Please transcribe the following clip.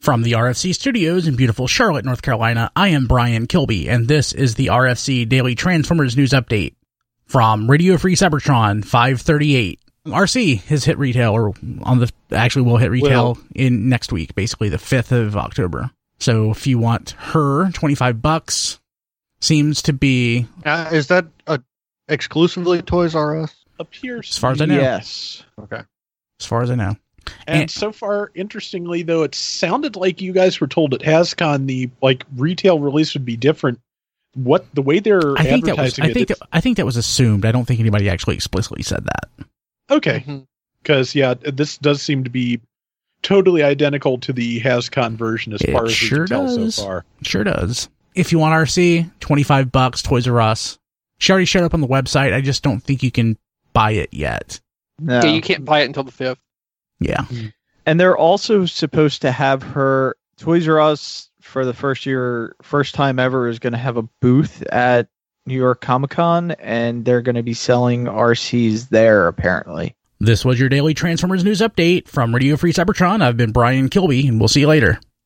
From the RFC studios in beautiful Charlotte, North Carolina, I am Brian Kilby, and this is the RFC Daily Transformers News Update. From Radio Free Cybertron 538. RC has hit retail, or on the actually will hit retail Will. in next week, basically the 5th of October. So if you want her, 25 bucks seems to be, Uh, is that uh, exclusively Toys R Us? appears As far as I know. yes Okay. as far as I know, and, And- so far interestingly though it sounded like you guys were told at hascon the like retail release would be different what the way they're I think that was advertising I think it that, I think that was assumed. I don't think anybody actually explicitly said that. it's- okay Mm-hmm. because yeah this does seem to be totally identical to the hascon version as It far as sure we can tell does. so far Sure does. If you want RC, 25 bucks, Toys R Us. She already showed up on the website. I just don't think you can buy it yet. No. Yeah, you can't buy it until the fifth. Yeah. and they're also supposed to have her Toys R Us for the first year, first time ever, is going to have a booth at New York Comic Con, and they're going to be selling RCs there. Apparently, This was your daily Transformers news update from Radio Free Cybertron. I've been Brian Kilby, and we'll see you later.